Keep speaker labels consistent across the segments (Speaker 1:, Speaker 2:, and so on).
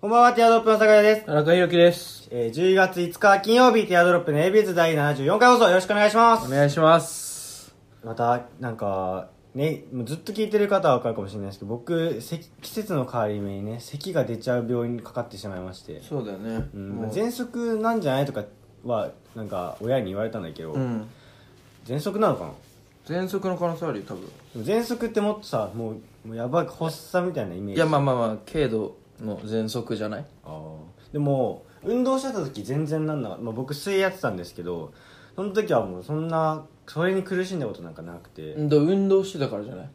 Speaker 1: こんばんは、ティアドロップの坂井です。
Speaker 2: 田中裕樹です。
Speaker 1: えー、10月5日金曜日、ティアドロップの ABS 第74回放送よろしくお願いしま
Speaker 2: お
Speaker 1: す。
Speaker 2: 願いします。
Speaker 1: また、なんか、ね、もうずっと聞いてる方はわかるかもしれないですけど、僕、咳季節の変わり目にね、咳が出ちゃう病院にかかってしまいまして、
Speaker 2: そうだよね。
Speaker 1: うん、
Speaker 2: もう
Speaker 1: 喘息なんじゃないとかは、なんか、親に言われたんだけど、
Speaker 2: うん。
Speaker 1: 喘息なのかな
Speaker 2: 喘息の可能性あるよ、多分。
Speaker 1: でも喘息ってもっとさ、もう、もうやばい、発作みたいなイメー
Speaker 2: い
Speaker 1: ジ。
Speaker 2: や、まあまあまあ、軽度の喘息じゃない
Speaker 1: あーでも運動してた時全然なんなかった、まあ、僕水泳やってたんですけどその時はもうそんなそれに苦しんだことなんかなくて、いや
Speaker 2: うんだ運動してたからじゃない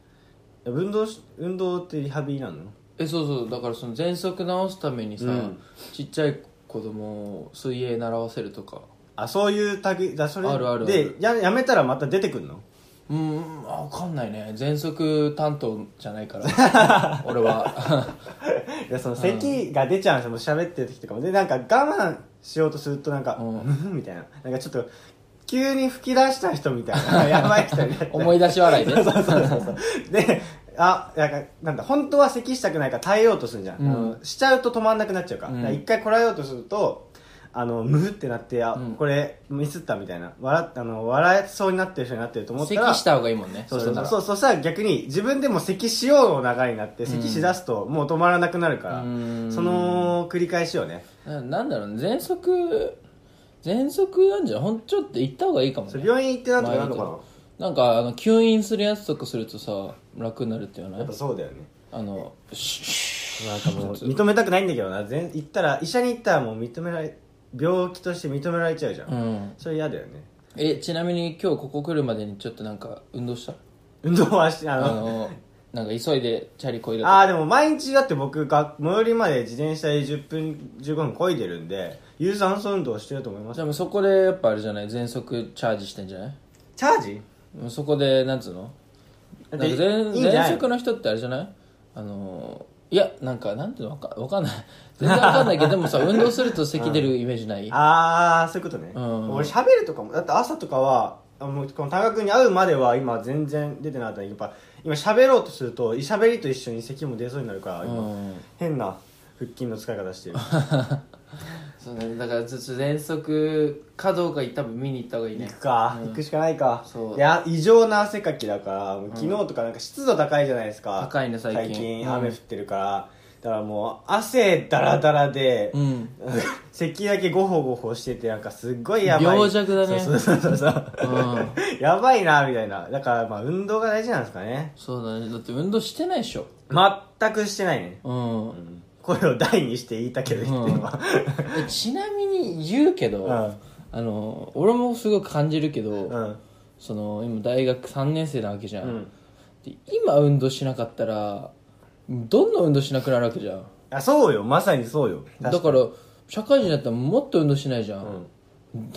Speaker 1: 運動し運動ってリハビリなの
Speaker 2: え、そうそう、だからその喘息治すためにさ、
Speaker 1: うん
Speaker 2: ちっちゃい子供を水泳習わせるとか。
Speaker 1: あそういう類だそれ
Speaker 2: あるあるある
Speaker 1: でややめたらまた出てくんの
Speaker 2: うん、あわかんないね。喘息担当じゃない から。俺は。
Speaker 1: いやその咳が出ちゃうんですよもう喋ってる時とかもでなんか我慢しようとするとなんか
Speaker 2: う
Speaker 1: 「みたいななんかちょっと急に吹き出した人みたいな やばい人になって
Speaker 2: 思い出し笑いね。
Speaker 1: そうそうそうそうであなんかなんだ本当は咳したくないから耐えようとするじゃん、
Speaker 2: うん
Speaker 1: あのしちゃうと止まんなくなっちゃうから,、
Speaker 2: うん
Speaker 1: だから一回こらえようとするとあのムフってなってあ、
Speaker 2: うん
Speaker 1: これミスったみたいな笑っあの笑えそうになってる人になってると思った
Speaker 2: 咳
Speaker 1: ら
Speaker 2: した方がいいもんね。
Speaker 1: そう
Speaker 2: れ
Speaker 1: そう
Speaker 2: な
Speaker 1: そう
Speaker 2: ら
Speaker 1: そうそしたら逆に自分でも咳しようの流れになって咳しだすともう止まらなくなるから、
Speaker 2: うん
Speaker 1: その繰り返しをね
Speaker 2: ななんだろうね喘息喘息なんじゃないほんちょっと行った方がいいかも
Speaker 1: それ
Speaker 2: ね
Speaker 1: 病院行ってなんとかなるのかな
Speaker 2: 前になんかあの吸引するやつとかするとさ楽になるって言わ
Speaker 1: や
Speaker 2: な
Speaker 1: っ
Speaker 2: い
Speaker 1: ぱそうだよね
Speaker 2: あのシュッシュッ
Speaker 1: なんか もう認めたくないんだけどな全行ったら医者に行ったらもう認められ病気として認められちゃうじゃん、
Speaker 2: うん
Speaker 1: それ嫌だよね
Speaker 2: えちなみに今日ここ来るまでにちょっとなんか運動した
Speaker 1: 運動はしてあ
Speaker 2: あ
Speaker 1: の
Speaker 2: のなんか急いでチャリこいだと
Speaker 1: ああでも毎日だって僕が最寄りまで自転車で10分15分漕いでるんで有酸素運動してると思います
Speaker 2: でもそこでやっぱあれじゃない喘息チャージしてんじゃない
Speaker 1: チャージ
Speaker 2: もうそこでなんつうの
Speaker 1: だ
Speaker 2: な
Speaker 1: っ
Speaker 2: ん
Speaker 1: て
Speaker 2: か全
Speaker 1: いいんじゃない
Speaker 2: 全職の人ってあれじゃないあのーいやなんかなんていうのわかわかんない 全然わかんないけどでもさ運動すると咳出るイメージない
Speaker 1: ああそういうことね、
Speaker 2: うん
Speaker 1: 俺喋るとかもだって朝とかはあもうこの田中君に会うまでは今全然出てなかったんだけどやっぱ今喋ろうとすると喋りと一緒に咳も出そうになるから、
Speaker 2: う
Speaker 1: 今
Speaker 2: ん
Speaker 1: 変な腹筋の使い方して る
Speaker 2: そうだねだからちょっと喘息かどうか多分見に行った方がいいね
Speaker 1: 行くか、行くしかないか
Speaker 2: そう
Speaker 1: いや異常な汗かきだからもう昨日とかなんか湿度高いじゃないですか、
Speaker 2: 高いね最近うん
Speaker 1: 雨降ってるから、だからもう汗だらだらで、
Speaker 2: うん
Speaker 1: 咳だけゴホゴホしててなんかすっごいやばい
Speaker 2: 病弱だね
Speaker 1: そうそう そうそう、
Speaker 2: うん
Speaker 1: やばいなみたいなだからまあ運動が大事なんですかね
Speaker 2: そうだねだって運動してないでしょ
Speaker 1: 全くしてないね、
Speaker 2: うん、
Speaker 1: 声を大にして言いたけど言ってるわ、
Speaker 2: えちなみに言うけど、
Speaker 1: うん
Speaker 2: あの俺もすごく感じるけど、
Speaker 1: うん
Speaker 2: その今大学3年生なわけじゃん、
Speaker 1: ん
Speaker 2: で今運動しなかったらどんどん運動しなくなるわけじゃん
Speaker 1: あそうよまさにそうよ
Speaker 2: だから社会人だったらもっと運動しないじゃん、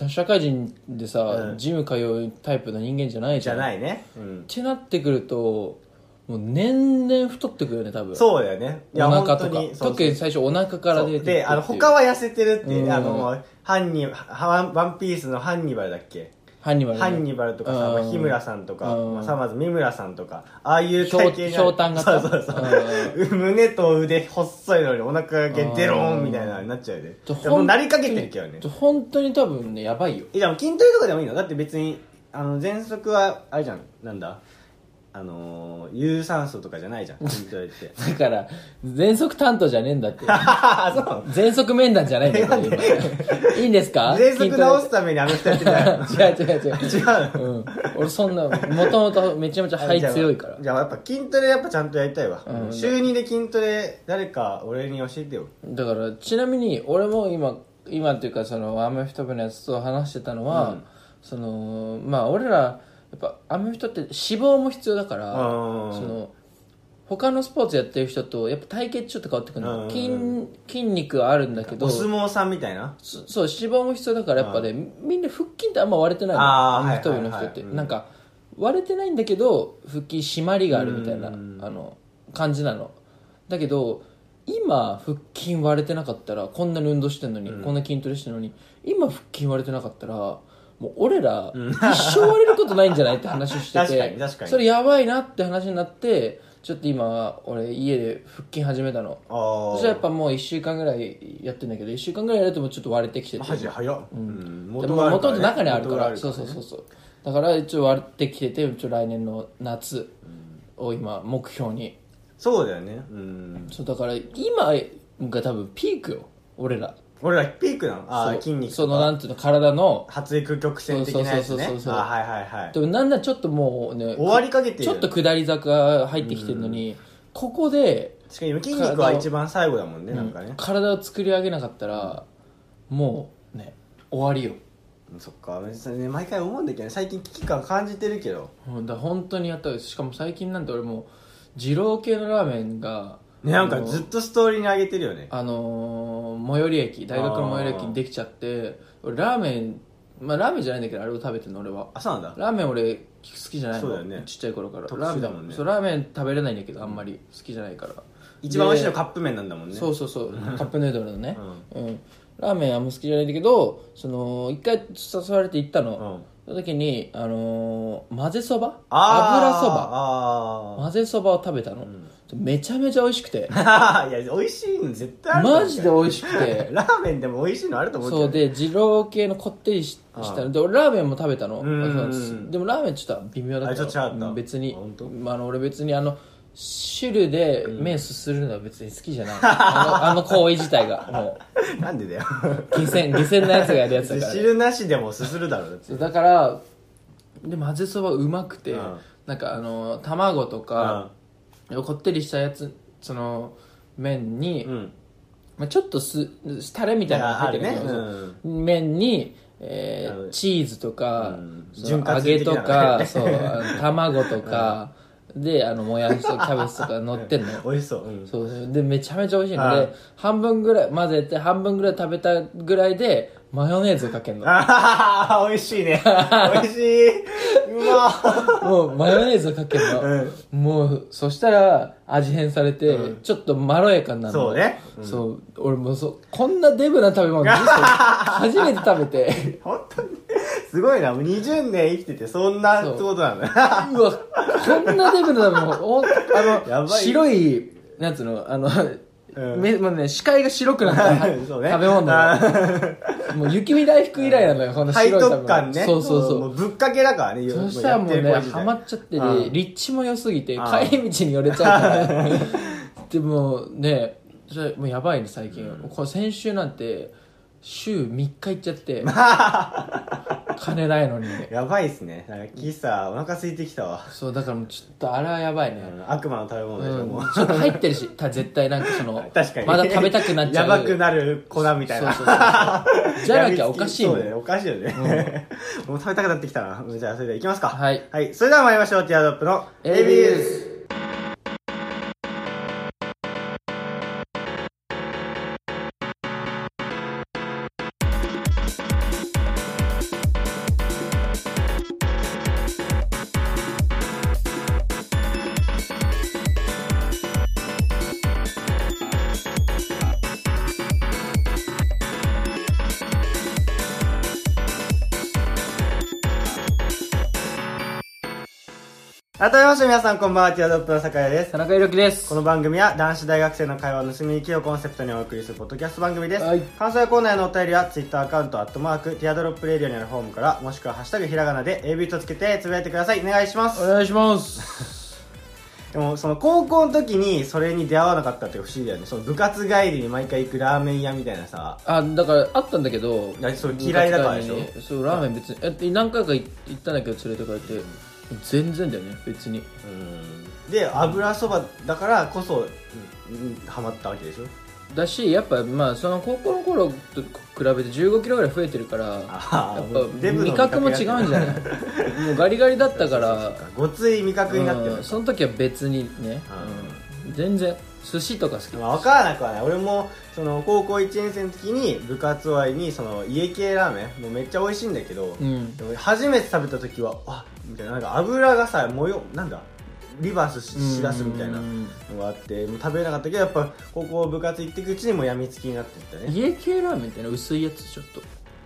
Speaker 2: 社会人でさ、
Speaker 1: うん
Speaker 2: ジム通うタイプの人間じゃない
Speaker 1: じ
Speaker 2: じゃ
Speaker 1: ゃ
Speaker 2: ん
Speaker 1: ないね、う
Speaker 2: っ
Speaker 1: ん、
Speaker 2: てなってくるともう年々太ってくるよね多分
Speaker 1: そうだよねい
Speaker 2: お腹
Speaker 1: 本
Speaker 2: と
Speaker 1: 当
Speaker 2: か
Speaker 1: にそうそう
Speaker 2: 特に最初お腹から
Speaker 1: そう
Speaker 2: 出てくる
Speaker 1: であの他は痩せてるっていうね
Speaker 2: うん
Speaker 1: あのハンニハンワンピースのハンニバルだっけ
Speaker 2: ハンニバルね
Speaker 1: ハンニバルとかさ、まあ
Speaker 2: うん
Speaker 1: 日村さんとか、
Speaker 2: うん
Speaker 1: まあ、さまず三村さんとかああいう体型になる
Speaker 2: ひょうたん型
Speaker 1: そうそうそう胸と腕細いのにお腹がデローンみたいなのになっちゃうよね
Speaker 2: ちょ
Speaker 1: でもうなりかけてるけどね
Speaker 2: 本当に多分ねやばいよ
Speaker 1: えじゃあ筋トレとかでもいいのだって別にあの喘息はあれじゃんなんだあのー有酸素とかじゃないじゃん筋トレって
Speaker 2: だから喘息担当じゃねえんだって
Speaker 1: ああそう
Speaker 2: 喘息面談じゃないんだから 今いいんですか
Speaker 1: 喘息治すためにあの人やってない
Speaker 2: 筋トレ 違う違う違う
Speaker 1: 違う
Speaker 2: うん、俺そんなもともとめちゃめちゃ肺強いから
Speaker 1: じゃあやっぱ筋トレやっぱちゃんとやりたいわ、
Speaker 2: うん
Speaker 1: 週2で筋トレ誰か俺に教えてよ
Speaker 2: だからちなみに俺も今今っていうかそのアメフト部のやつと話してたのは、そのまあ俺らやっぱアメフトって脂肪も必要だから
Speaker 1: うん
Speaker 2: その他のスポーツやってる人とやっぱ体型ちょっと変わってくるの、
Speaker 1: うん
Speaker 2: 筋筋肉はあるんだけど
Speaker 1: お相撲さんみたいな
Speaker 2: そそう脂肪も必要だからやっぱね、みんな腹筋ってあんま割れてない
Speaker 1: あー
Speaker 2: の
Speaker 1: はい
Speaker 2: アメフト部の人って、
Speaker 1: はいはいうん
Speaker 2: なんか割れてないんだけど腹筋締まりがあるみたいなあ
Speaker 1: うん
Speaker 2: の感じなのだけど今腹筋割れてなかったらこんなに運動してんのに、こんな筋トレしてんのに今腹筋割れてなかったらもう俺ら一生割れることないんじゃないって話をしてて
Speaker 1: 確かに確かに
Speaker 2: それやばいなって話になってちょっと今俺家で腹筋始めたの
Speaker 1: あ
Speaker 2: そ
Speaker 1: あ
Speaker 2: したらやっぱもう1週間ぐらいやってんだけど1週間ぐらいやるともうちょっと割れてきてて
Speaker 1: マジ早っ、うん、
Speaker 2: でももともと中にあるから
Speaker 1: 元
Speaker 2: そう
Speaker 1: が
Speaker 2: そうそうそうだから一応割ってきてて一応来年の夏を今目標に
Speaker 1: そうだよねうん
Speaker 2: そうだから今が多分ピークよ俺ら
Speaker 1: 俺らピークなのああ
Speaker 2: そう
Speaker 1: 筋肉
Speaker 2: そのなんていうの体の
Speaker 1: 発育曲線的なやつねあ
Speaker 2: そうそうそうそうそう
Speaker 1: ーはいはいはい
Speaker 2: でもなんならちょっともうね
Speaker 1: 終わりかけてる
Speaker 2: ちょっと下り坂入ってきてるのにここで
Speaker 1: 確かに筋肉は一番最後だもんねなんかね、
Speaker 2: 体を作り上げなかったらもうね終わりよ
Speaker 1: そっか別にね毎回思うんだけどね最近危機感感じてるけど
Speaker 2: うんだから本当にやったですしかも最近なんて俺もう二郎系のラーメンが
Speaker 1: ねなんか
Speaker 2: もう
Speaker 1: ずっとストーリーに上げてるよね
Speaker 2: あのー最寄り駅大学の最寄り駅にできちゃって俺ラーメンまあラーメンじゃないんだけどあれを食べてるの俺は
Speaker 1: あそうなんだ
Speaker 2: ラーメン俺好きじゃないの
Speaker 1: そうだよね
Speaker 2: ちっちゃい頃から
Speaker 1: 特
Speaker 2: ラー
Speaker 1: 殊
Speaker 2: メン
Speaker 1: だもんね
Speaker 2: そうラーメン食べれないんだけどあんまり好きじゃないから
Speaker 1: 一番美味しいの
Speaker 2: で
Speaker 1: カップ麺なんだもんね
Speaker 2: そうそうそうカップヌードルのねうんラーメンあんま好きじゃないんだけどその一回誘われて行ったの
Speaker 1: ん
Speaker 2: その時にあのー混ぜそば油そば
Speaker 1: あー
Speaker 2: 混ぜそばを食べたのめちゃめちゃ美味しくて
Speaker 1: あーいや美味しいの絶対あると思う
Speaker 2: マジで美味し くて
Speaker 1: ラーメンでも美味しいのあると思うけど
Speaker 2: そうで二郎系のこってりし
Speaker 1: ああ
Speaker 2: したので俺ラーメンも食べたの
Speaker 1: ん
Speaker 2: そうでもラーメンちょっと微妙だった
Speaker 1: あちょっと違った
Speaker 2: うん別に
Speaker 1: あ本当
Speaker 2: まあ、あの俺別にあの汁で麺すするのは別に好きじゃない、 あのあの行為自体がも
Speaker 1: なんでだよ
Speaker 2: う犠牲犠牲なやつがやるやつだ から
Speaker 1: 汁なしでもすするだろだって
Speaker 2: そうだからで混ぜそばうまくて、
Speaker 1: うん
Speaker 2: なんかあの卵とか、こってりしたやつその麺に、
Speaker 1: うん
Speaker 2: まあ、ちょっとすタレみたいなのが入ってるけど
Speaker 1: あるね
Speaker 2: 麺に、え
Speaker 1: あ
Speaker 2: ー
Speaker 1: の
Speaker 2: チーズとか、
Speaker 1: うん
Speaker 2: その
Speaker 1: 潤滑
Speaker 2: 揚
Speaker 1: 油
Speaker 2: げ
Speaker 1: 的
Speaker 2: と
Speaker 1: な
Speaker 2: か、
Speaker 1: ね
Speaker 2: そうあの卵とか、であのもやしとかキャベツとか乗ってんの
Speaker 1: 美味しそううん
Speaker 2: そうでめちゃめちゃ美味しいの
Speaker 1: は
Speaker 2: で
Speaker 1: い
Speaker 2: 半分ぐらい混ぜて半分ぐらい食べたぐらいでマヨネーズかけるの
Speaker 1: ああ美味し いね美味しいうま
Speaker 2: もうマヨネーズかけるの、もうそしたら味変されて、ちょっとまろやかになるの
Speaker 1: そうね
Speaker 2: そう俺もうそこんなデブな食べ物人生 初めて食べて
Speaker 1: 本当にすごいなもう20年生きててそんなってことなの
Speaker 2: うわこんなデブな食べ物ほんあ
Speaker 1: や
Speaker 2: の
Speaker 1: ばい
Speaker 2: 白いなんつうのあの、
Speaker 1: うん
Speaker 2: 目もうね視界が白くなった、
Speaker 1: そ
Speaker 2: 食
Speaker 1: うね
Speaker 2: べ物なのもう雪見大福以来なのよこの白
Speaker 1: 背
Speaker 2: い食べ
Speaker 1: 徳
Speaker 2: 物
Speaker 1: 感ね
Speaker 2: そうそうそう
Speaker 1: もぶっかけだからね
Speaker 2: そしたらもうね
Speaker 1: やってる
Speaker 2: ハマっちゃって
Speaker 1: う
Speaker 2: て
Speaker 1: ん
Speaker 2: 立地も良すぎて
Speaker 1: うん
Speaker 2: 帰り道に寄れちゃうから でもねそれもうやばいね最近、これ先週なんて週3日行っちゃって 金ないのにね
Speaker 1: やばいっすねなんか喫茶お腹空いてきたわ、
Speaker 2: そうだからもうちょっとあれはやばいね、
Speaker 1: うん悪魔の食べ物
Speaker 2: う
Speaker 1: でしょ、も
Speaker 2: ん
Speaker 1: う、
Speaker 2: ちょっと入ってるした絶対なんかその
Speaker 1: 確かに
Speaker 2: まだ食べたくなっちゃう
Speaker 1: やばくなる粉みたいな
Speaker 2: そうそうそうそうじゃなきゃおかしい
Speaker 1: も
Speaker 2: も
Speaker 1: ん
Speaker 2: ん
Speaker 1: そうだよねおかしいよね、 もう食べたくなってきたなじゃあそれではいきますか
Speaker 2: はい
Speaker 1: はい、それでは参りましょうティアドロップの
Speaker 2: AB です
Speaker 1: 改めまして皆さんこんばんはティアドロップの酒屋です
Speaker 2: 田中裕樹です
Speaker 1: この番組は男子大学生の会話を盗み聞きをコンセプトにお送りするポッドキャスト番組です、
Speaker 2: はい
Speaker 1: 関西コーナーへのお便りは Twitter アカウントアットマークティアドロップレディオにあるフォームからもしくは「ハッシュタグひらがな」で AB とつけてつぶやいてくださいお願いします
Speaker 2: お願いします
Speaker 1: でもその高校の時にそれに出会わなかったって不思議だよねその部活帰りに毎回行くラーメン屋みたいなさ
Speaker 2: あだからあったんだけど
Speaker 1: だってそれ嫌いだからでしょ
Speaker 2: 部活帰りにそうラーメン別にえって何回か行行ったんだけど連れて帰って全然だよね別に
Speaker 1: で油そばだからこそうんハマったわけでしょ
Speaker 2: だしやっぱまあその高校の頃と比べて1 5キロぐらい増えてるから
Speaker 1: あー
Speaker 2: やっ
Speaker 1: もうデ
Speaker 2: ぱ
Speaker 1: ブの
Speaker 2: 味覚も違うんじゃない もうガリガリだったから
Speaker 1: ごつい味覚になってる
Speaker 2: うんその時は別にね、うん全然寿司とか好き
Speaker 1: まあ、分からなくはない俺もその高校1年生の時に部活終わりにその家系ラーメンもうめっちゃ美味しいんだけど、
Speaker 2: うん
Speaker 1: でも初めて食べた時はあみたいななんか油がさ模様なんだリバースししだすみたいな
Speaker 2: うん
Speaker 1: のがあってもう食べれなかったけどやっぱ高校部活行っていくうちにもうやみつきになっていったね
Speaker 2: 家系ラーメンってのは薄いやつちょっ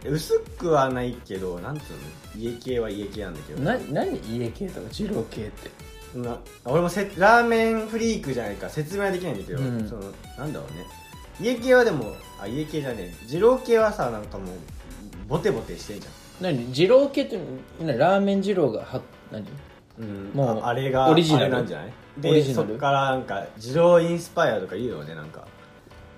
Speaker 2: と
Speaker 1: 薄くはないけどなんつうの家系は家系なんだけど
Speaker 2: な何家系とか二郎系って
Speaker 1: な俺もせラーメンフリークじゃないか説明はできないんだけど、
Speaker 2: うん
Speaker 1: そのなんだろうね家系はでもあ家系じゃねえ二郎系はさなんかもうボテボテしてんじ
Speaker 2: 何二郎系って何ラーメン二郎がは何
Speaker 1: ゃん、うん、
Speaker 2: もう
Speaker 1: ああれが
Speaker 2: オリジナル
Speaker 1: あれなんじゃない
Speaker 2: オリ
Speaker 1: で
Speaker 2: ジ
Speaker 1: そ
Speaker 2: ナ
Speaker 1: っ
Speaker 2: ル
Speaker 1: からなんか二郎インスパイアとか言うよねなんか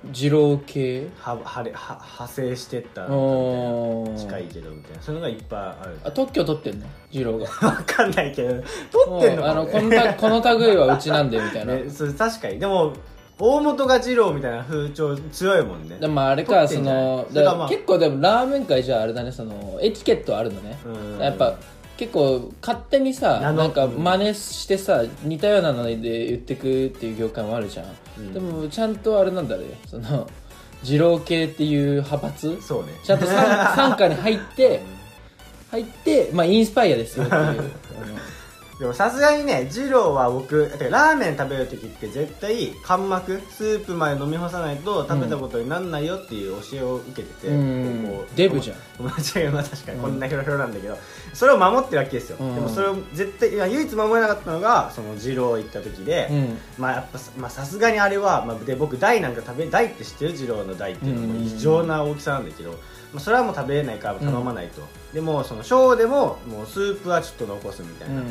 Speaker 2: 二郎系
Speaker 1: ははれは派生してったみ
Speaker 2: お
Speaker 1: たいな
Speaker 2: ー
Speaker 1: 近いけどみたいなそういうのがいっぱいある
Speaker 2: あ特許取ってんの二郎が
Speaker 1: 分かんないけど撮ってんの
Speaker 2: もうあ
Speaker 1: か
Speaker 2: の
Speaker 1: も
Speaker 2: こ
Speaker 1: ね
Speaker 2: のたこの類はうちなんでみたいな、
Speaker 1: ねそれ確かにでも大本が二郎みたいな風潮強いもんね
Speaker 2: でもあれか
Speaker 1: 撮っ
Speaker 2: そ
Speaker 1: てんじゃない
Speaker 2: の
Speaker 1: それが
Speaker 2: だ
Speaker 1: まあ
Speaker 2: 結構でもラーメン界じゃあれだねそのエチケットあるのね
Speaker 1: うん
Speaker 2: やっぱ結構勝手にさ
Speaker 1: 名
Speaker 2: な
Speaker 1: 乗
Speaker 2: んか真似してさ似たようなので言ってくっていう業界もあるじゃん、
Speaker 1: うん
Speaker 2: でもちゃんとあれなんだねその二郎系っていう派閥
Speaker 1: そうね
Speaker 2: ちゃん と参加に入って入ってまあインスパイアですよっていうあ の
Speaker 1: でもさすがにね二郎は僕てかラーメン食べる時って絶対乾膜スープまで飲み干さないと食べたことにならないよっていう教えを受けてて、
Speaker 2: うん
Speaker 1: こう
Speaker 2: デブじゃん
Speaker 1: 間違いは確かにこんなひょろひょろなんだけど、それを守ってるわけですよ、
Speaker 2: うん
Speaker 1: でもそれを絶対いや唯一守れなかったのがその二郎行った時で、
Speaker 2: うん
Speaker 1: まあやっぱさまあさすがにあれは、まあ、で僕大なんか食べ大って知ってる二郎の大っていうのはもう異常な大きさなんだけど、まあ、それはもう食べれないから頼まないと、でもその小でももうスープはちょっと残すみたいな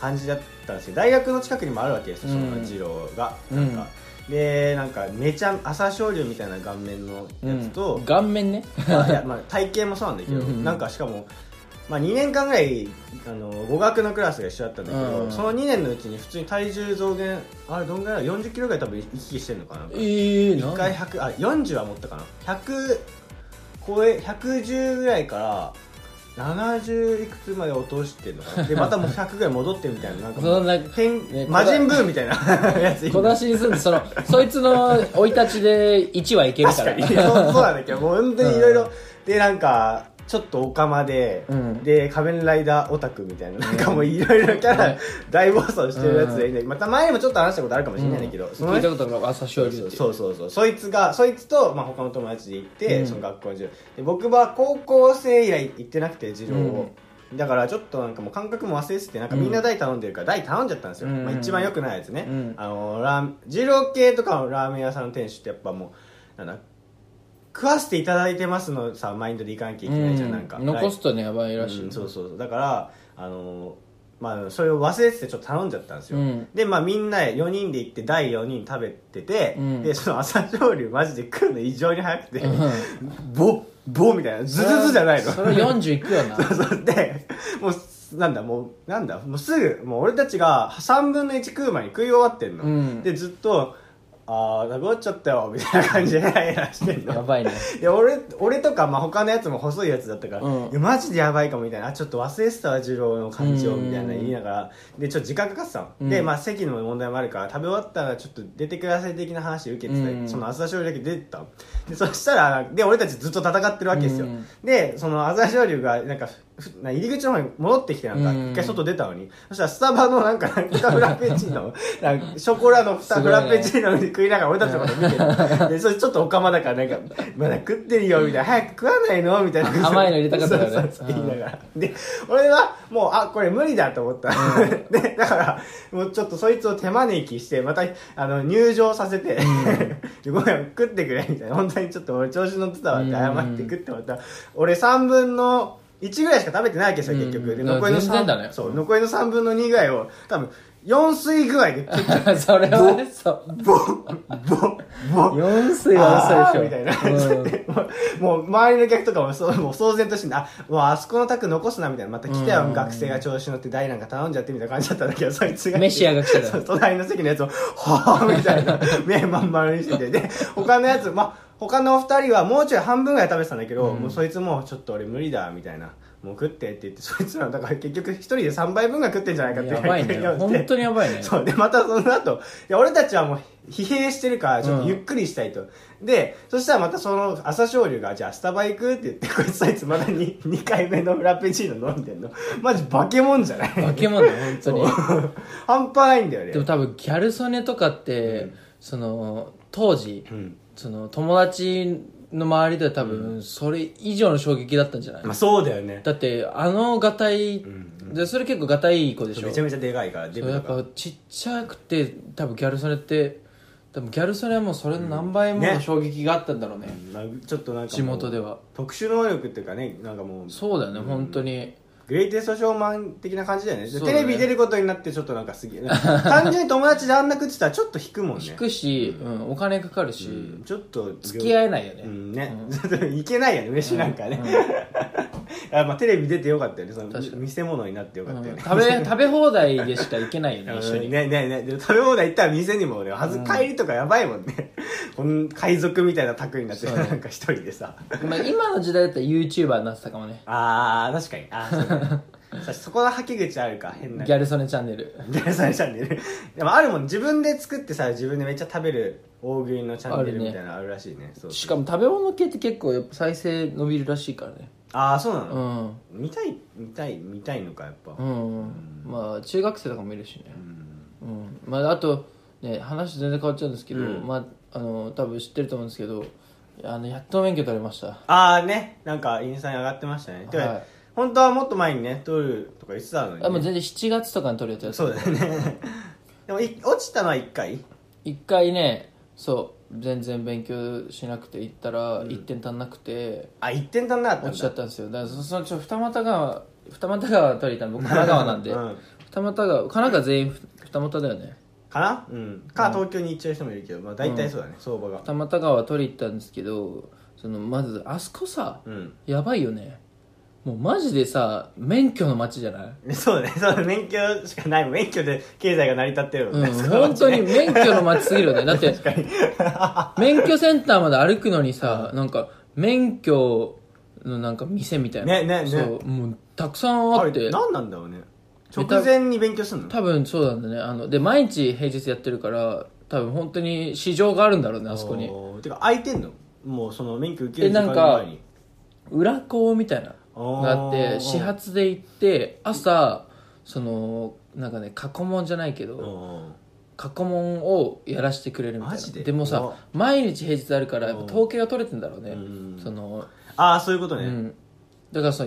Speaker 1: 感じだったんですけど大学の近くにもあるわけですよその二郎が、なんかでなんかめちゃ朝青龍みたいな顔面の
Speaker 2: う
Speaker 1: や
Speaker 2: ん
Speaker 1: つと、
Speaker 2: 顔面ね
Speaker 1: まあいやまあ、体型もそうなんだけど、
Speaker 2: うんうんうん
Speaker 1: なんかしかも、まあ、2年間ぐらいあの語学のクラスが一緒だったんだけど、
Speaker 2: うん
Speaker 1: その2年のうちに普通に体重増減あれどんぐらい4 0キロぐらい多分行き来してるのかな
Speaker 2: ええ
Speaker 1: 1回100あ40は持ったかな100超え110ぐらいから70いくつまで落としてるのか なでまたもう100ぐらい戻ってみたいななんかも
Speaker 2: そん
Speaker 1: う
Speaker 2: な
Speaker 1: 変
Speaker 2: ね
Speaker 1: 魔人ブーみたいなやついる
Speaker 2: 小出しにすんでそのそいつの生い立ちで1はいけるから
Speaker 1: 確かにそうそうなんだけどもう本当にいろいろでなんかちょっとオカマで、
Speaker 2: うん
Speaker 1: で仮面ライダーオタクみたいな、なんかもういろいろキャラ大暴走してるやつがいるんだけど、また前にもちょっと話したことあるかもしれないんだけど、その
Speaker 2: 聞いたことが朝青龍っていう
Speaker 1: そうそうそうそいつがそいつと、まあ、他の友達で行って、
Speaker 2: うん
Speaker 1: その学校に授業で僕は高校生以来行ってなくて授業を、だからちょっとなんかもう感覚も忘れててなんかみんな台頼んでるから台頼んじゃったんですよ、
Speaker 2: うん
Speaker 1: まあ、一番良くないやつね、
Speaker 2: うん
Speaker 1: あのラー二郎系とかのラーメン屋さんの店主ってやっぱもうなんだ食わせていただいてますのさマインドでいかなきゃいけないじゃん、
Speaker 2: うん
Speaker 1: なんか
Speaker 2: 残すとねやばいらしい、
Speaker 1: うんそうそうそうだからあのーまあ、それを忘れててちょっと頼んじゃったんですよ、
Speaker 2: うん
Speaker 1: でまあみんな4人で行って第4人食べてて、
Speaker 2: うん
Speaker 1: でその朝青龍マジで来るの異常に早くて、
Speaker 2: う
Speaker 1: ボッボッみたいなズズズじゃないの
Speaker 2: それは40いくよな
Speaker 1: そうでもうなんだもうなんだもうすぐもう俺たちが3分の1食う前に食い終わってんの、
Speaker 2: うん
Speaker 1: でずっと「ああなくなっちゃったよ」みたいな感じでヘラヘラしてんの
Speaker 2: やばいね
Speaker 1: で俺俺とか、まあ、他のやつも細いやつだったから、
Speaker 2: うん
Speaker 1: いやマジでやばいかもみたいなあちょっと忘れてたわ二郎の感じを
Speaker 2: うん
Speaker 1: みたいな言いながらでちょっと時間かかってたの、
Speaker 2: うん
Speaker 1: で、まあ、席の問題もあるから食べ終わったらちょっと出てください的な話受けてた、
Speaker 2: うん
Speaker 1: その朝青龍だけ出てったのでそしたらで俺たちずっと戦ってるわけですよ、
Speaker 2: うん
Speaker 1: でその朝青龍がなんかふな入り口の方に戻ってきてなんか
Speaker 2: うん
Speaker 1: 一回外出たのに、そしたらスタバのなんか二フラペチーノなんかショコラの二フラペチーノに食いながら俺たちのこと見て る、でそれちょっとおかまだからなんかまだ食ってるよみたいな早く食わないのみたいな
Speaker 2: 甘いの入れたかったよね
Speaker 1: そうそうそう言いながらで俺はもうあこれ無理だと思った、でだからもうちょっとそいつを手招きしてまたあの入場させて、で ごめん食ってくれみたいな本当にちょっと俺調子乗ってたわって謝って食ってもらったら俺3分の1ぐらいしか食べてないわけですよ結局で
Speaker 2: うん
Speaker 1: 残りの
Speaker 2: 全
Speaker 1: 3
Speaker 2: 然だね
Speaker 1: そう残りの3分の2ぐらいを多分4水具合で結
Speaker 2: それはねそう
Speaker 1: ボボボ
Speaker 2: 4水は
Speaker 1: あー
Speaker 2: 嘘で
Speaker 1: みたいな
Speaker 2: しょ
Speaker 1: 感じで、もう もう周りの客とかもそうもう騒然としてあもうあそこの宅残すなみたいなまた来たよ
Speaker 2: うん
Speaker 1: 学生が調子乗って大なんか頼んじゃってみたいな感じだったんだけどそいつ
Speaker 2: う
Speaker 1: が
Speaker 2: んメシアが来た
Speaker 1: そ
Speaker 2: ら
Speaker 1: う隣の席のやつを「はあ」みたいな目まん丸にしてて で他のやつまあ他のお二人はもうちょい半分ぐらい食べてたんだけど、もうそいつも「ちょっと俺無理だ」みたいな「もう食って」って言ってそいつらだから結局一人で3倍分が食ってんじゃないかって
Speaker 2: やばいね
Speaker 1: 言われて
Speaker 2: 本当にやばいね
Speaker 1: そうでまたその後いや俺たちはもう疲弊してるからちょっとゆっくりしたいと、でそしたらまたその朝青龍が「じゃあスタバ行く?」って言ってこいつそいつまだ 2, 2回目のフラペチーノ飲んでんのマジ化け物じゃない
Speaker 2: 化け物本当に
Speaker 1: そう 半端ないんだよね
Speaker 2: でも多分ギャル曽根とかって、その当時、
Speaker 1: ん
Speaker 2: その友達の周りでは多分それ以上の衝撃だったんじゃない、
Speaker 1: まあ、そうだよね
Speaker 2: だってあのがたいじゃあそれ結構がたいい子でしょ
Speaker 1: めちゃめちゃでかいからデ
Speaker 2: そ
Speaker 1: ブ
Speaker 2: うや
Speaker 1: だ
Speaker 2: っ
Speaker 1: から
Speaker 2: ぱちっちゃくて多分ギャル曽根って多分ギャル曽根はもうそれの何倍もの
Speaker 1: ね
Speaker 2: 衝撃があったんだろうね
Speaker 1: なちょっとなんかもう
Speaker 2: 地元では
Speaker 1: 特殊能力っていうかねなんかもう
Speaker 2: そうだよね、本当に
Speaker 1: グレイテストショーマン的な感じだよね
Speaker 2: そうだ
Speaker 1: テ
Speaker 2: ね
Speaker 1: レビ出ることになってちょっとなんかすげえ単純に友達であんな食ってたらちょっと引くもんね
Speaker 2: 引くし、うん、お金かかるし、
Speaker 1: うんちょっと
Speaker 2: 付き合えないよね、
Speaker 1: うんね、いけないよね嬉しいなんかね、 あまあテレビ出てよかったよねその
Speaker 2: 確かに
Speaker 1: 見せ物になってよかったよ
Speaker 2: うん
Speaker 1: ね、
Speaker 2: 食べ 食べ放題でしか行けないよね一緒に、
Speaker 1: ねねねでも食べ放題行ったら店にも俺はず帰りとかやばいもんね、 こん海賊みたいな宅になって
Speaker 2: そう
Speaker 1: なんか一人でさ
Speaker 2: まあ、今の時代だったら YouTuber になってたかもね
Speaker 1: あー確かにあーそうだ ねさそこは吐き口あるか変な
Speaker 2: ギャル曽根チャンネル
Speaker 1: ギャルサイチャンネルでもあるもん自分で作ってさ自分でめっちゃ食べる大食いのチャンネルみたいなのあるらしいねそうそう
Speaker 2: しかも食べ物系って結構やっぱ再生伸びるらしいからね
Speaker 1: ああそうな
Speaker 2: う
Speaker 1: の、
Speaker 2: ん
Speaker 1: 見たい見たい見たいのかやっぱ、
Speaker 2: うん、まあ中学生とかもいるしねうん、まああとね話全然変わっちゃうんですけど、まああの多分知ってると思うんですけどあのやっと免許取れました
Speaker 1: ああねなんかインスタに上がってましたね、て
Speaker 2: は
Speaker 1: か
Speaker 2: い
Speaker 1: 本当はもっと前にね撮るとか言ってたのに、
Speaker 2: あもう
Speaker 1: ね、
Speaker 2: 全然7月とかに取るやつです
Speaker 1: そうだよね でもい落ちたのは1回
Speaker 2: 一回ねそう全然勉強しなくて行ったら1点足んなくて
Speaker 1: あ一1点足んなかったんだ
Speaker 2: 落ちちゃったんですよだからそそのちょ二俣川二俣川取りたの僕神奈川なんで、
Speaker 1: うん
Speaker 2: 二俣川神奈川全員ふ二俣だよね
Speaker 1: かなうんか東京に行っちゃう人もいるけどまあ大体そうだね、相場が
Speaker 2: 二俣川取り行ったんですけどそのまずあそこさ、
Speaker 1: うん
Speaker 2: やばいよねもうマジでさ免許の街じゃない
Speaker 1: そうだね そうだね免許しかないもん免許で経済が成り立ってるもん
Speaker 2: う
Speaker 1: ね、
Speaker 2: ん、
Speaker 1: その
Speaker 2: 本当に免許の街すぎ るよね。だって、免許センターまで歩くのにさ、なんか、免許のなんか店みたいな。
Speaker 1: ねねね
Speaker 2: そう、もう、たくさんあ
Speaker 1: あ
Speaker 2: っ
Speaker 1: れ
Speaker 2: て、
Speaker 1: 何なんだろうね
Speaker 2: メ
Speaker 1: 直
Speaker 2: タ
Speaker 1: 前に勉強するの
Speaker 2: 多分そうなんだね。あの、で、毎日平日やってるから、多分本当に市場があるんだろうね、あそこに。
Speaker 1: おーてか空いてんのもうその免許受ける時間
Speaker 2: えなん
Speaker 1: の
Speaker 2: か
Speaker 1: 前に
Speaker 2: 裏校みたいなのがあっ
Speaker 1: おー
Speaker 2: て、始発で行って、朝、その、なんかね、過去問じゃないけど、
Speaker 1: うん
Speaker 2: 過去問をやらせてくれるみたい
Speaker 1: マ
Speaker 2: な
Speaker 1: ジで
Speaker 2: も
Speaker 1: うわ
Speaker 2: さ毎日平日あるからやっぱ統計が取れてんだろうね
Speaker 1: うん
Speaker 2: その
Speaker 1: ああそういうこと
Speaker 2: う
Speaker 1: ね、
Speaker 2: んだからさ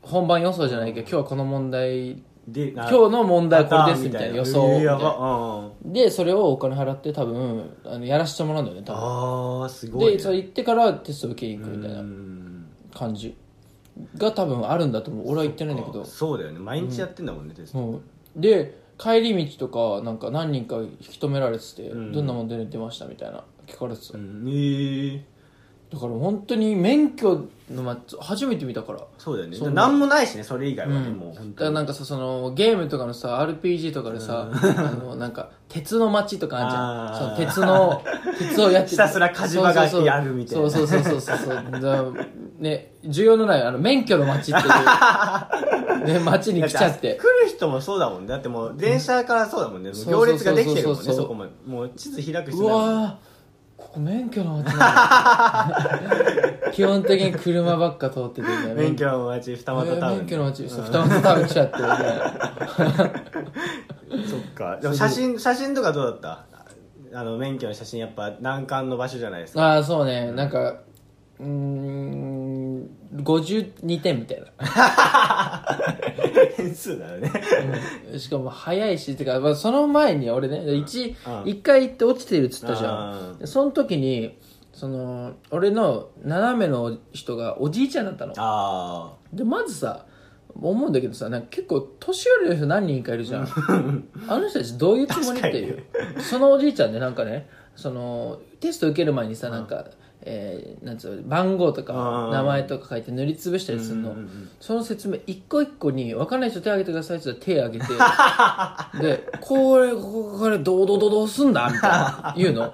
Speaker 2: 本番予想じゃないけど今日はこの問題
Speaker 1: で今
Speaker 2: 今日の問題はこれですみたいな予想み
Speaker 1: や
Speaker 2: たいな
Speaker 1: ば、うん、
Speaker 2: でそれをお金払って多分あのやらせてもらうんだよね多
Speaker 1: ああす
Speaker 2: 分
Speaker 1: ごい、ね、
Speaker 2: でそれ行ってからテスト受けに行くみたいうなん感じが多分あるんだと思う俺は行ってないんだけど
Speaker 1: そうだよね毎日やってんだもんね、テスト
Speaker 2: もうで帰り道とかなんか何人か引き止められてて、
Speaker 1: ん
Speaker 2: どんな問題に出ましたみたいな聞かれてた
Speaker 1: うんええ
Speaker 2: だから本当に免許のま初めて見たからだか
Speaker 1: そうだよね
Speaker 2: そう
Speaker 1: 何もないしねそれ以外はね、
Speaker 2: うん
Speaker 1: もう本当
Speaker 2: ら
Speaker 1: に
Speaker 2: なんかさそのゲームとかのさ RPG とかでさ、あのなんか鉄の街とかあ
Speaker 1: あー
Speaker 2: るじゃんそ の鉄の鉄をやって
Speaker 1: ひたすら火事場がやるみたいな
Speaker 2: そうそうそうそうそうそうそうそうだね需要のないあの免許の街っ ていう、ね、街に来ちゃっ
Speaker 1: だ
Speaker 2: て
Speaker 1: て来る人もそうだもんねだってもう電車からそうだもんね、もう行列ができてるもんね
Speaker 2: そうそうそうそう
Speaker 1: そこももう地図開くし
Speaker 2: うわーここ免許の街なん だ基本的に車ばっか通ってて、ね、
Speaker 1: 免許の街二
Speaker 2: え
Speaker 1: 股タ
Speaker 2: ー
Speaker 1: ウン、
Speaker 2: 免許の街そう二股タウン来ちゃってるね
Speaker 1: そっかでも写真写真とかどうだったあの免許の写真やっぱ難関の場所じゃないです か
Speaker 2: ああそうねなんかうーん52点みたいな
Speaker 1: 点数だよね
Speaker 2: しかも早いしてか、まあ、その前に俺ね一
Speaker 1: うん
Speaker 2: 一回行って落ちてるっつったじゃ
Speaker 1: うん
Speaker 2: んでその時にその俺の斜めの人がおじいちゃんだったの
Speaker 1: あ
Speaker 2: でまずさ思うんだけどさなんか結構年寄りの人何人かいるじゃんあの人たちどういうつもりっていうそのおじいちゃんねなんかねそのテスト受ける前にさなんか、えーなんつうの番号とか
Speaker 1: うん
Speaker 2: 名前とか書いて塗りつぶしたりするの
Speaker 1: うんうんう
Speaker 2: その説明一個一個に分かんない人手挙げてくださいって言ったら手挙げ てでこれここからどうどうどうどうすんだみたいな言うの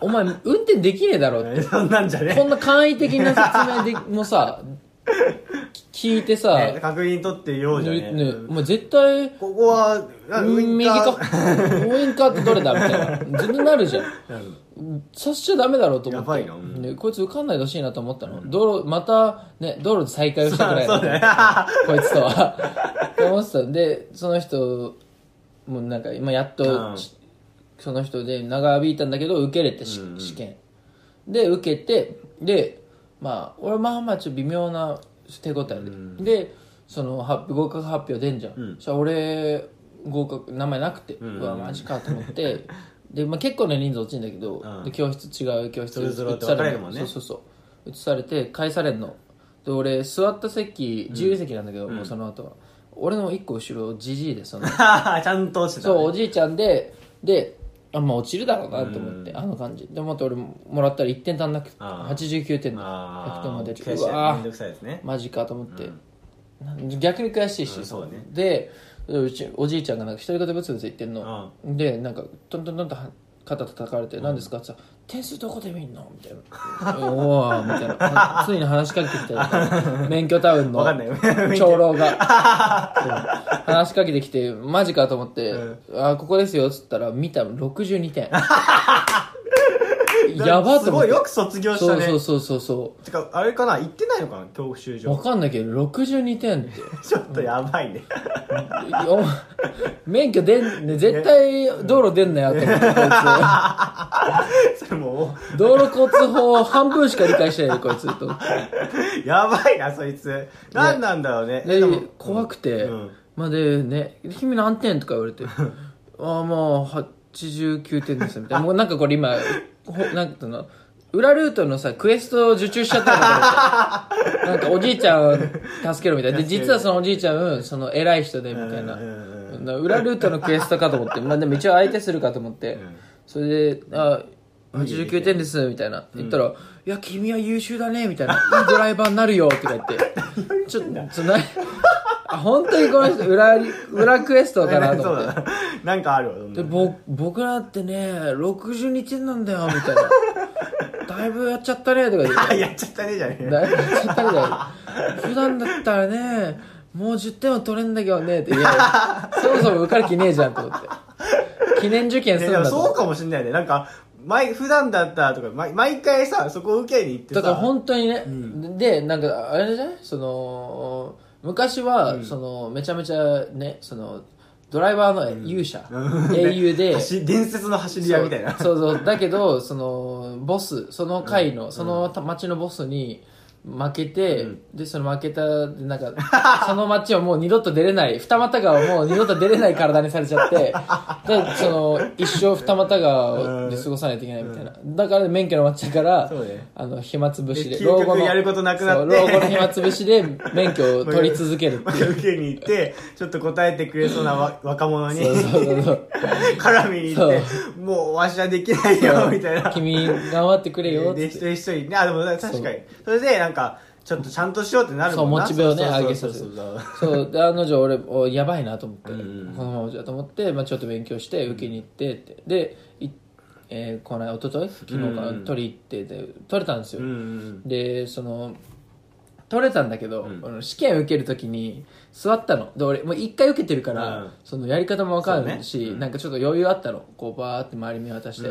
Speaker 2: お前運転できねえだろって
Speaker 1: あ そんなんじゃ
Speaker 2: こ
Speaker 1: ね
Speaker 2: んな簡易的な説明でもさき聞いてさ、
Speaker 1: ね確認取ってようじゃね
Speaker 2: ねねお前絶対
Speaker 1: ここはあウイン
Speaker 2: 右
Speaker 1: カ
Speaker 2: か
Speaker 1: ー
Speaker 2: ウインカーってどれだみたい な全然なるじゃん
Speaker 1: なる
Speaker 2: さしちゃダメだろうと思って
Speaker 1: やばいなうん
Speaker 2: ねこいつ受かんないでほしいなと思ったの、道路またね道路で再会をしたくらい
Speaker 1: そうだね
Speaker 2: こいつとはって思ってたんでその人もうなんか今やっと、
Speaker 1: うん
Speaker 2: その人で長引いたんだけど受けれてし、試験で受けてでまあ俺まあまあちょっと微妙な手応えで、でその発合格発表出んじゃん、
Speaker 1: うん
Speaker 2: そしたら俺合格名前なくて、う
Speaker 1: うんうん
Speaker 2: わマジかと思ってで、まあ、結構ね人数落ちるんだけど、
Speaker 1: うん
Speaker 2: で教室違う教室
Speaker 1: それぞれ
Speaker 2: 移
Speaker 1: って分
Speaker 2: さ
Speaker 1: か
Speaker 2: れ
Speaker 1: れ
Speaker 2: る
Speaker 1: る
Speaker 2: の
Speaker 1: もんね
Speaker 2: そうそうそう移されて返されんので俺座った席自由席なんだけど、もうその後は俺の一個後ろじじいでその
Speaker 1: ちゃんと落ちてた、ね、
Speaker 2: そうおじいちゃんでであまあ落ちるだろうなと思って、あの感じでもって俺もらったら1点足んなくて
Speaker 1: あー
Speaker 2: 89点で100
Speaker 1: あ
Speaker 2: 点まで
Speaker 1: ー
Speaker 2: 落ち
Speaker 1: 悔
Speaker 2: る
Speaker 1: し
Speaker 2: う
Speaker 1: い
Speaker 2: わ
Speaker 1: 面
Speaker 2: ー
Speaker 1: 倒くさいですね
Speaker 2: マジかと思って、逆に悔しいし、
Speaker 1: うんそうだね
Speaker 2: でうちおじいちゃんがなんか独り言ブツブツ言ってんの、でなんかトントントンとは肩叩かれて「何ですか?」って言ったら「点数どこで見んの?」みたいな「 おお」みたいな ついに話しかけてき たよ免許タウンの
Speaker 1: わかんない
Speaker 2: 長老 がそう話しかけてきてマジかと思って「あここですよ」っつったら見たら62点 やば
Speaker 1: す
Speaker 2: と思
Speaker 1: ご
Speaker 2: っ
Speaker 1: い
Speaker 2: て
Speaker 1: よく卒業し
Speaker 2: そ
Speaker 1: た
Speaker 2: う
Speaker 1: ね
Speaker 2: そうそうそうそう
Speaker 1: てかあれかな行ってないのかな教習
Speaker 2: わ
Speaker 1: 所
Speaker 2: かんないけど62点って
Speaker 1: ちょっとやばいね、
Speaker 2: いやお前免許出んね絶対道路出んなよと思ってこい
Speaker 1: それもう
Speaker 2: つ道路交通法半分しか理解してないよこいつ と思って
Speaker 1: やばいなそいつ何なんだろうね
Speaker 2: で
Speaker 1: でも
Speaker 2: 怖くて、
Speaker 1: うん
Speaker 2: まあでね「君何点?」とか言われて「ああもう89点です」みたいなもうなんかこれ今ほなんていうの裏ルートのさ、クエストを受注しちゃったのかと思ってなんかおじいちゃんを助けろみたいな。で、実はそのおじいちゃん、その偉い人で、みたい
Speaker 1: う
Speaker 2: な。
Speaker 1: ん
Speaker 2: な裏ルートのクエストかと思 って、まあ、でも一応相手するかと思って、それで「あ89点です」みたいな言ったら「いや君は優秀だね」みたいな「いいドライバーになるよ」とか 言ってちょっとそんなあ本当にこの人裏裏クエストかな と
Speaker 1: そう
Speaker 2: 思って
Speaker 1: だななんかあるわそんな
Speaker 2: で
Speaker 1: の
Speaker 2: ぼ僕らってね62点なんだよみたい な「だいぶやっちゃったね」とか言っ て
Speaker 1: あやっちゃったねじゃねえよ
Speaker 2: だいぶちょっとだよ普段だったらねもう10点は取れんだけどねっていやいやそもそも受かる気ねえじゃんと思って記念受験す
Speaker 1: ね
Speaker 2: るん
Speaker 1: でも
Speaker 2: だと思
Speaker 1: そ
Speaker 2: っ
Speaker 1: うかもしんないねなんか毎普段だったらとか毎毎回さそこを受けに行って
Speaker 2: て
Speaker 1: さ
Speaker 2: だから本当にね、でなんかあれじゃないその昔は、そのめちゃめちゃねそのドライバーの勇者、英 雄で
Speaker 1: 走伝説の走り屋みたいな
Speaker 2: そうそうそうだけどそのボスその会の、その町のボスに負けて、でその負けたでなんかその町をもう二度と出れない二俣川をもう二度と出れない体にされちゃって でその一生二俣川で過ごさないといけないみたいな、だから免許の町だから
Speaker 1: そうね
Speaker 2: あの暇つぶしで
Speaker 1: で究極やることなくなって
Speaker 2: そう老後の暇つぶしで免許を取り続けるっていう
Speaker 1: 受けに行ってちょっと答えてくれそうなわ 若者に
Speaker 2: そうそう そうそう
Speaker 1: 絡みに行ってもうわしはできないよみたいな
Speaker 2: 君頑張ってくれよっ
Speaker 1: で
Speaker 2: て
Speaker 1: 一人一人ねあでも確かにそれでなんかちょっとちゃんとしようってなる
Speaker 2: そう
Speaker 1: もん
Speaker 2: モ
Speaker 1: な
Speaker 2: チベをね
Speaker 1: そうそう
Speaker 2: 上げさせ
Speaker 1: そ
Speaker 2: る
Speaker 1: うそう
Speaker 2: そうで案の定俺おやばいなと思って、このままじゃと思って、まあ、ちょっと勉強して受けに行ってってでい、えーこの間おととい昨日かな、取り行ってで取れたんですよ、
Speaker 1: うんうん
Speaker 2: でその取れたんだけど、あの試験受けるときに座ったので俺もう一回受けてるから、
Speaker 1: うん
Speaker 2: そのやり方も分かるし、なんかちょっと余裕あったのこうバーって周り見渡して、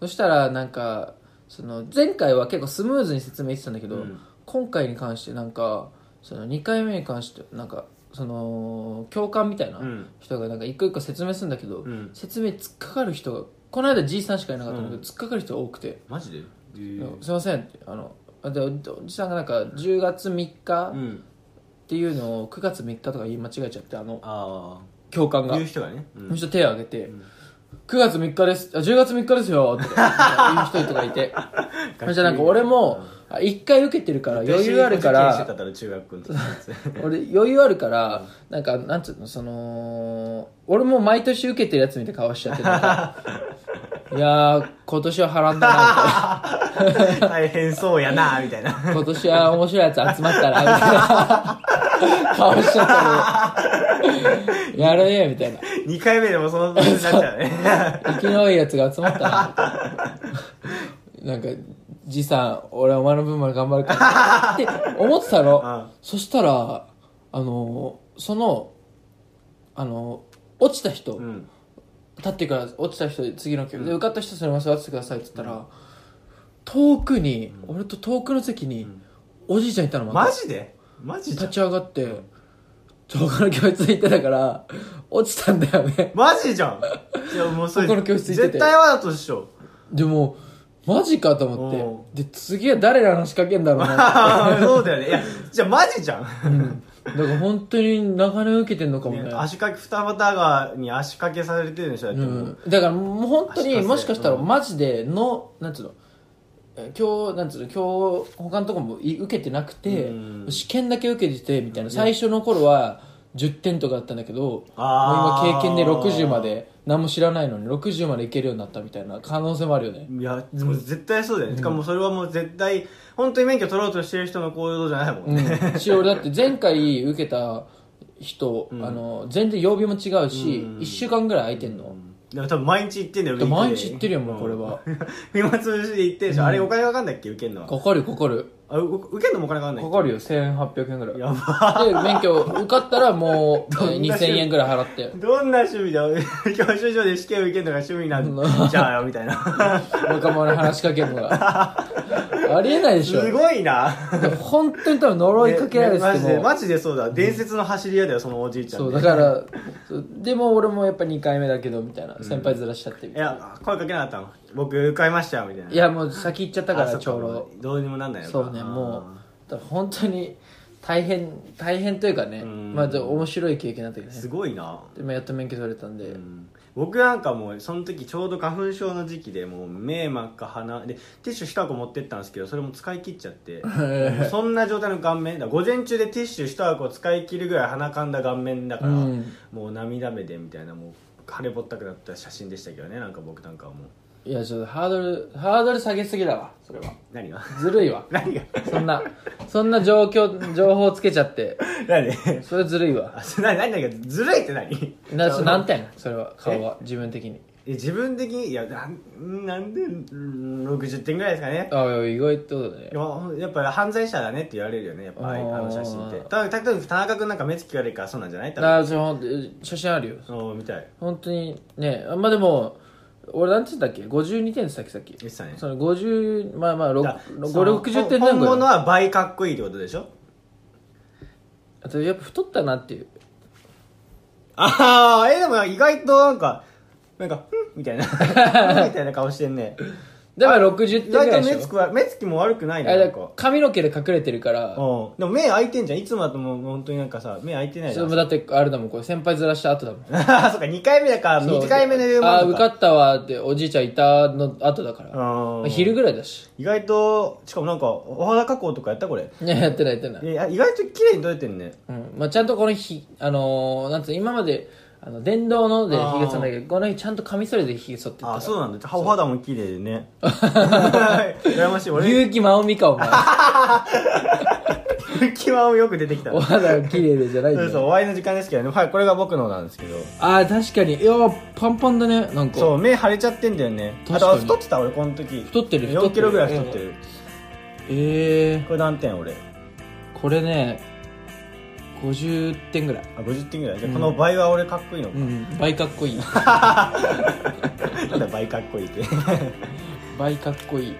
Speaker 2: そしたらなんかその前回は結構スムーズに説明してたんだけど、今回に関してなんかその2回目に関してなんかその教官みたいな人がなんか一個一個説明するんだけど、
Speaker 1: ん
Speaker 2: 説明突っかかる人がこの間 G さんしかいなかったんだけど、突っかかる人が多くて、
Speaker 1: マジでへ
Speaker 2: いや
Speaker 1: ー
Speaker 2: すいませんってあのあでおおじさんがなんか10月3日
Speaker 1: うん
Speaker 2: っていうのを9月3日とか言い間違えちゃってあの
Speaker 1: あ
Speaker 2: 教官
Speaker 1: あ
Speaker 2: が
Speaker 1: 言う人がねうん
Speaker 2: むしろ手を挙げて、9月3日ですあ10月3日ですよって言う人とかい てそしたらなんか俺も1回受けてるから余裕あるか
Speaker 1: 一緒に保持研修してた
Speaker 2: ら
Speaker 1: だろ中学校の時のやつ
Speaker 2: 俺余裕あるからなんかなんつうのその俺も毎年受けてるやつみたいな顔しちゃってな んかいやー今年は波乱だなみたい な
Speaker 1: 大変そうやなみたいな
Speaker 2: 今年は面白いやつ集まったら、みたいな顔しちゃったけど、やるね、みたいな。
Speaker 1: 2回目でもその感じになっちゃうね
Speaker 2: 生きのいいやつが集まったな、みたいな。なんか、じいさん、俺お前の分まで頑張るから。って思ってた の。
Speaker 1: うん
Speaker 2: そしたら、あの、その、あの、落ちた人、
Speaker 1: ん
Speaker 2: 立ってから落ちた人、次の曲で受かった人それま座っててくださいって言ったら、遠くに、俺と遠くの席に、おじいちゃんいたの、また
Speaker 1: マジでマジじ
Speaker 2: 立
Speaker 1: ゃ ん
Speaker 2: ち上がって、他の教室行ってたから、落ちたんだよね。
Speaker 1: マジじゃんいやもうそれ
Speaker 2: ここの教室行って
Speaker 1: 絶
Speaker 2: て
Speaker 1: 対わざとっし ょ
Speaker 2: でも、マジかと思って。で、次は誰らの仕掛けんだろうな。
Speaker 1: ああそうだよねいやじゃあマジじゃん
Speaker 2: だから本当に長年受けてんのかもね
Speaker 1: ね足掛け二股がに足掛けされてる人だって
Speaker 2: う
Speaker 1: もう、
Speaker 2: ん、だからもう本当
Speaker 1: 足か
Speaker 2: に
Speaker 1: せ
Speaker 2: もしかしたら
Speaker 1: うん
Speaker 2: マジでの、なんつうのえ今日なんつうの今日他のとこもい受けてなくて、
Speaker 1: うん
Speaker 2: 試験だけ受けててみたいな最初の頃は10点とかだったんだけど、もう
Speaker 1: あー
Speaker 2: 今経験で60まで何も知らないのに60までいけるようになったみたいな可能性もあるよね
Speaker 1: いやでも絶対そうだよね、しかもそれはもう絶対本当に免許取ろうとしてる人の行動じゃないもんね、
Speaker 2: うん、し俺だ って前回受けた人、あの全然曜日も違うし、
Speaker 1: うん
Speaker 2: 1週間ぐらい空いてんの、
Speaker 1: でも多分毎日行ってんだよ
Speaker 2: で
Speaker 1: ウィーク
Speaker 2: 毎
Speaker 1: で
Speaker 2: 日行ってるよもうこれは
Speaker 1: 暇つぶしで行ってるでしょ、あれお金かかんだっけ受けんのは
Speaker 2: かかるよかかる
Speaker 1: あう受けんのもお金かかんない
Speaker 2: かかるよ1800円ぐらい
Speaker 1: やば
Speaker 2: で免許受かったらも う
Speaker 1: どんな
Speaker 2: えー2000円ぐらい払 って
Speaker 1: どんな趣味だ教習所で試験受けるのが趣味なんじゃあよみたいな
Speaker 2: 若者に話しかけるのがありえないでしょ
Speaker 1: すごいな
Speaker 2: 本当に多分呪いかけられて
Speaker 1: ねねマジ
Speaker 2: て
Speaker 1: で
Speaker 2: も
Speaker 1: マジでそうだ伝説の走り屋だよそのおじいちゃん
Speaker 2: そ
Speaker 1: ね
Speaker 2: うだからそうでも俺もやっぱ2回目だけどみたいな先輩ずらしちゃってみ
Speaker 1: い
Speaker 2: たいな
Speaker 1: や声かけなかったの僕買いましたよみたいない
Speaker 2: やもう先行っちゃったか
Speaker 1: あそ
Speaker 2: ら
Speaker 1: っ
Speaker 2: ちょうど
Speaker 1: どうにもなんないのか
Speaker 2: そうね
Speaker 1: あー
Speaker 2: もうだから本当に大変大変というかね
Speaker 1: ん
Speaker 2: まあでも面白い経験だったけどね
Speaker 1: すごいな
Speaker 2: でもやっと免許取れたんで
Speaker 1: 僕なんかもうその時ちょうど花粉症の時期でもう目真っ赤鼻でティッシュ1箱持ってったんですけどそれも使い切っちゃ ってもうそんな状態の顔面だから午前中でティッシュ1箱使い切るぐらい鼻かんだ顔面だから、
Speaker 2: うん
Speaker 1: もう涙目でみたいなもう腫れぼったくなった写真でしたけどねなんか僕なんかはもう
Speaker 2: いやちょっとハードルハードル下げすぎだわそれは
Speaker 1: 何が
Speaker 2: ずるいわ
Speaker 1: 何が
Speaker 2: そんな、そんな状況、情報つけちゃって、
Speaker 1: 何
Speaker 2: それずるいわ。
Speaker 1: あそ何何がずるいって何
Speaker 2: なそ何点それは、顔は、自分的に。
Speaker 1: え自分的にいやなんなんでうん60点ぐらいですかね
Speaker 2: ああ、意外ってことだね
Speaker 1: い。ややっぱ犯罪者だねって言われるよねやっぱああいう
Speaker 2: あー
Speaker 1: あの写真ってただ例えば田中君なんか目つき悪いからそうなんじゃない多分
Speaker 2: ああ、そうほんと写真あるよ。
Speaker 1: そうみたい
Speaker 2: 本当に、ね、あまあでも、俺なんて言ったっけ ?52 点でしたっけ、さっき。
Speaker 1: 言ってたね
Speaker 2: その50、まあまあ、
Speaker 1: だから
Speaker 2: 6 5、
Speaker 1: その
Speaker 2: 60点
Speaker 1: ほん
Speaker 2: 前
Speaker 1: 本
Speaker 2: 後
Speaker 1: 物
Speaker 2: よ。
Speaker 1: は倍かっこいいってことでしょ
Speaker 2: あと、やっぱ太ったなっていう。
Speaker 1: ああえでも意外となんかなんか「ふん」みたいなふんみたいな顔してんね
Speaker 2: だから60
Speaker 1: 意
Speaker 2: 点ぐら
Speaker 1: 外と目
Speaker 2: いで
Speaker 1: つ
Speaker 2: しょ。
Speaker 1: くは目つきも悪くない
Speaker 2: あ
Speaker 1: ね
Speaker 2: れ
Speaker 1: なん
Speaker 2: だ
Speaker 1: かうん
Speaker 2: 髪の毛で隠れてるから、
Speaker 1: でも目開いてんじゃんいつもだともう本当になんかさ目開いてないじ
Speaker 2: そ
Speaker 1: ゃ
Speaker 2: うんだってあれだもん、これ先輩ずらした後だもん。
Speaker 1: あーそっか2回目だから
Speaker 2: そう
Speaker 1: 2回目の言う
Speaker 2: ああ
Speaker 1: も
Speaker 2: 受
Speaker 1: ん
Speaker 2: か
Speaker 1: か
Speaker 2: ったわっておじいちゃんいたの後だから、
Speaker 1: うん
Speaker 2: 昼ぐらいだし
Speaker 1: 意外としかもなんかお肌加工とかやったこれ
Speaker 2: いややってないやってない、
Speaker 1: いや意外と綺麗に撮れてんね
Speaker 2: うんまあ、ちゃんとこの日あのーなんつうの今まであの電動ので
Speaker 1: あー
Speaker 2: ひげ剃んだけどこの日ちゃんとカミソリでひげ剃ってた
Speaker 1: あそうなんだお肌も綺麗で ね羨ましい俺
Speaker 2: 結城真央美かお前
Speaker 1: 気はよく出てきた
Speaker 2: お
Speaker 1: そう
Speaker 2: 肌綺麗でじゃないんだ
Speaker 1: そう
Speaker 2: よ
Speaker 1: 終わりの時間ですけどねはいこれが僕のなんですけど
Speaker 2: ああ確かにいやパンパンだねなんか
Speaker 1: そう目腫れちゃってんだよねあ
Speaker 2: 確かに
Speaker 1: と太ってた俺この時
Speaker 2: 太ってる太
Speaker 1: 4
Speaker 2: って
Speaker 1: キ
Speaker 2: る
Speaker 1: ロぐらい太ってる
Speaker 2: ええ
Speaker 1: これ何点俺
Speaker 2: これね50点ぐらい
Speaker 1: あ50点ぐらいじゃあこの倍は俺かっこいいの
Speaker 2: うん倍かっこい い
Speaker 1: なんだ倍かっこいいって
Speaker 2: 倍かっこいい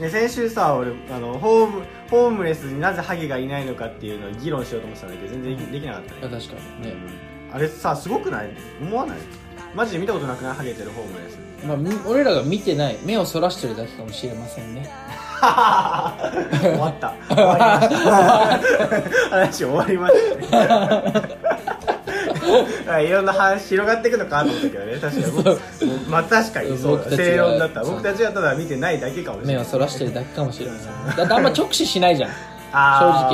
Speaker 1: ね先週さ俺あのホームホームレスになぜハゲがいないのかっていうのを議論しようと思ってたんだけど全然できできなかったね
Speaker 2: あ確かにね、
Speaker 1: あれさすごくない思わないマジで見たことなくないハゲてるホームレ ス
Speaker 2: まあ、み俺らが見てない目をそらしてるだけかもしれませんね
Speaker 1: 終わった終わりました話終わりま したねいろんな話広がっていくのかと思ったけどね確かに僕まあ確かにそうだ
Speaker 2: 僕たちが
Speaker 1: 正論だった
Speaker 2: そう
Speaker 1: 僕たちはただ見てないだけかもしれ
Speaker 2: 目
Speaker 1: な
Speaker 2: を
Speaker 1: い
Speaker 2: そらしてるだけかもしれませんだってあんま直視しないじゃん
Speaker 1: あ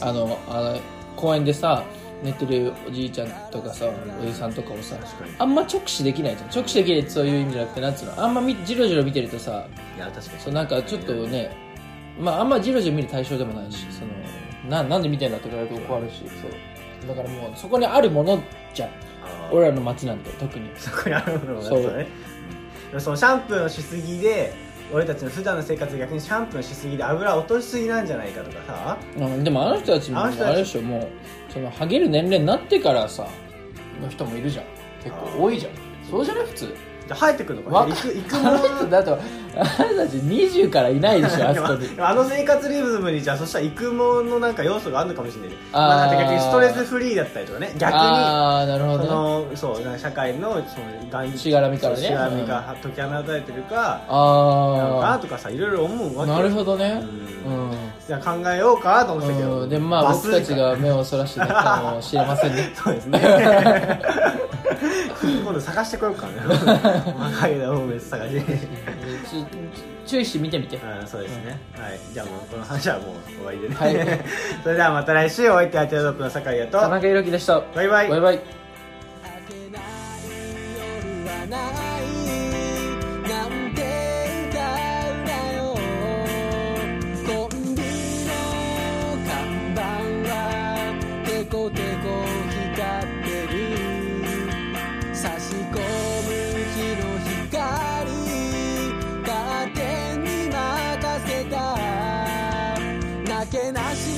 Speaker 1: ー
Speaker 2: あのあの公園でさ寝てるおじいちゃんとかさおじさんとかをさ
Speaker 1: 確かに
Speaker 2: あんま直視できないじゃん直視できないってそういう意味じゃなくてなんつうのあんまみじろじろ見てるとさ
Speaker 1: いや確かに
Speaker 2: そうなんかちょっとねまああんまじろじろ見る対象でもないしそのななんで見てんだって言われると怒るしそうだからもうそこにあるものじゃん
Speaker 1: あー
Speaker 2: 俺らの街なんて特に
Speaker 1: そこにあるものが
Speaker 2: そう
Speaker 1: そうだねうんでもそのシャンプーのしすぎで俺たちの普段の生活で逆にシャンプーのしすぎで油落としすぎなんじゃないかとかさ
Speaker 2: うんでもあの人たちも
Speaker 1: あ
Speaker 2: あ
Speaker 1: の人たち
Speaker 2: れでしょもうそのハゲる年齢になってからさの人もいるじゃん結構多いじゃんそうじゃない普通
Speaker 1: で生えてくるのか
Speaker 2: わ
Speaker 1: ねいくいく
Speaker 2: あ
Speaker 1: も
Speaker 2: の人だとあなたたち20からいないでしょあそこに
Speaker 1: のあの生活リズムにじゃあそしたら育毛のなんか要素があるのかもしれないね
Speaker 2: あー
Speaker 1: まあ、だって逆にストレスフリーだったりとかね逆に
Speaker 2: ああなる
Speaker 1: そ
Speaker 2: ほどね
Speaker 1: のそうなんか社会のその大
Speaker 2: しがらみからね
Speaker 1: そうしがらみから解き放たれてるか、なんか
Speaker 2: あ
Speaker 1: とかさいろいろ思う
Speaker 2: あ
Speaker 1: わけ
Speaker 2: なる
Speaker 1: ど
Speaker 2: ほどね
Speaker 1: うん
Speaker 2: うん
Speaker 1: じゃあ考えようかと思ってたけど、
Speaker 3: うん、でまあ
Speaker 1: バス
Speaker 3: 僕たちが目をそらしてたかもしれませんね
Speaker 1: そうですね今度探してこようかね 若いなホームレス探し
Speaker 3: ち注意して見てみて
Speaker 1: うんそうですね、はいじゃあもうこの話はもう終わりでね、
Speaker 3: はい
Speaker 1: それではまた来週お相手はティアドロップの酒井
Speaker 3: 田
Speaker 1: と
Speaker 3: 中裕樹でした
Speaker 1: バイバイ
Speaker 3: バイバイ
Speaker 2: 「あけない夜はない」「なんて歌うんだよ」「コンビの看板はテコテコ光ってる」「差し込む日の光」「カーテンに任せた」「なけなし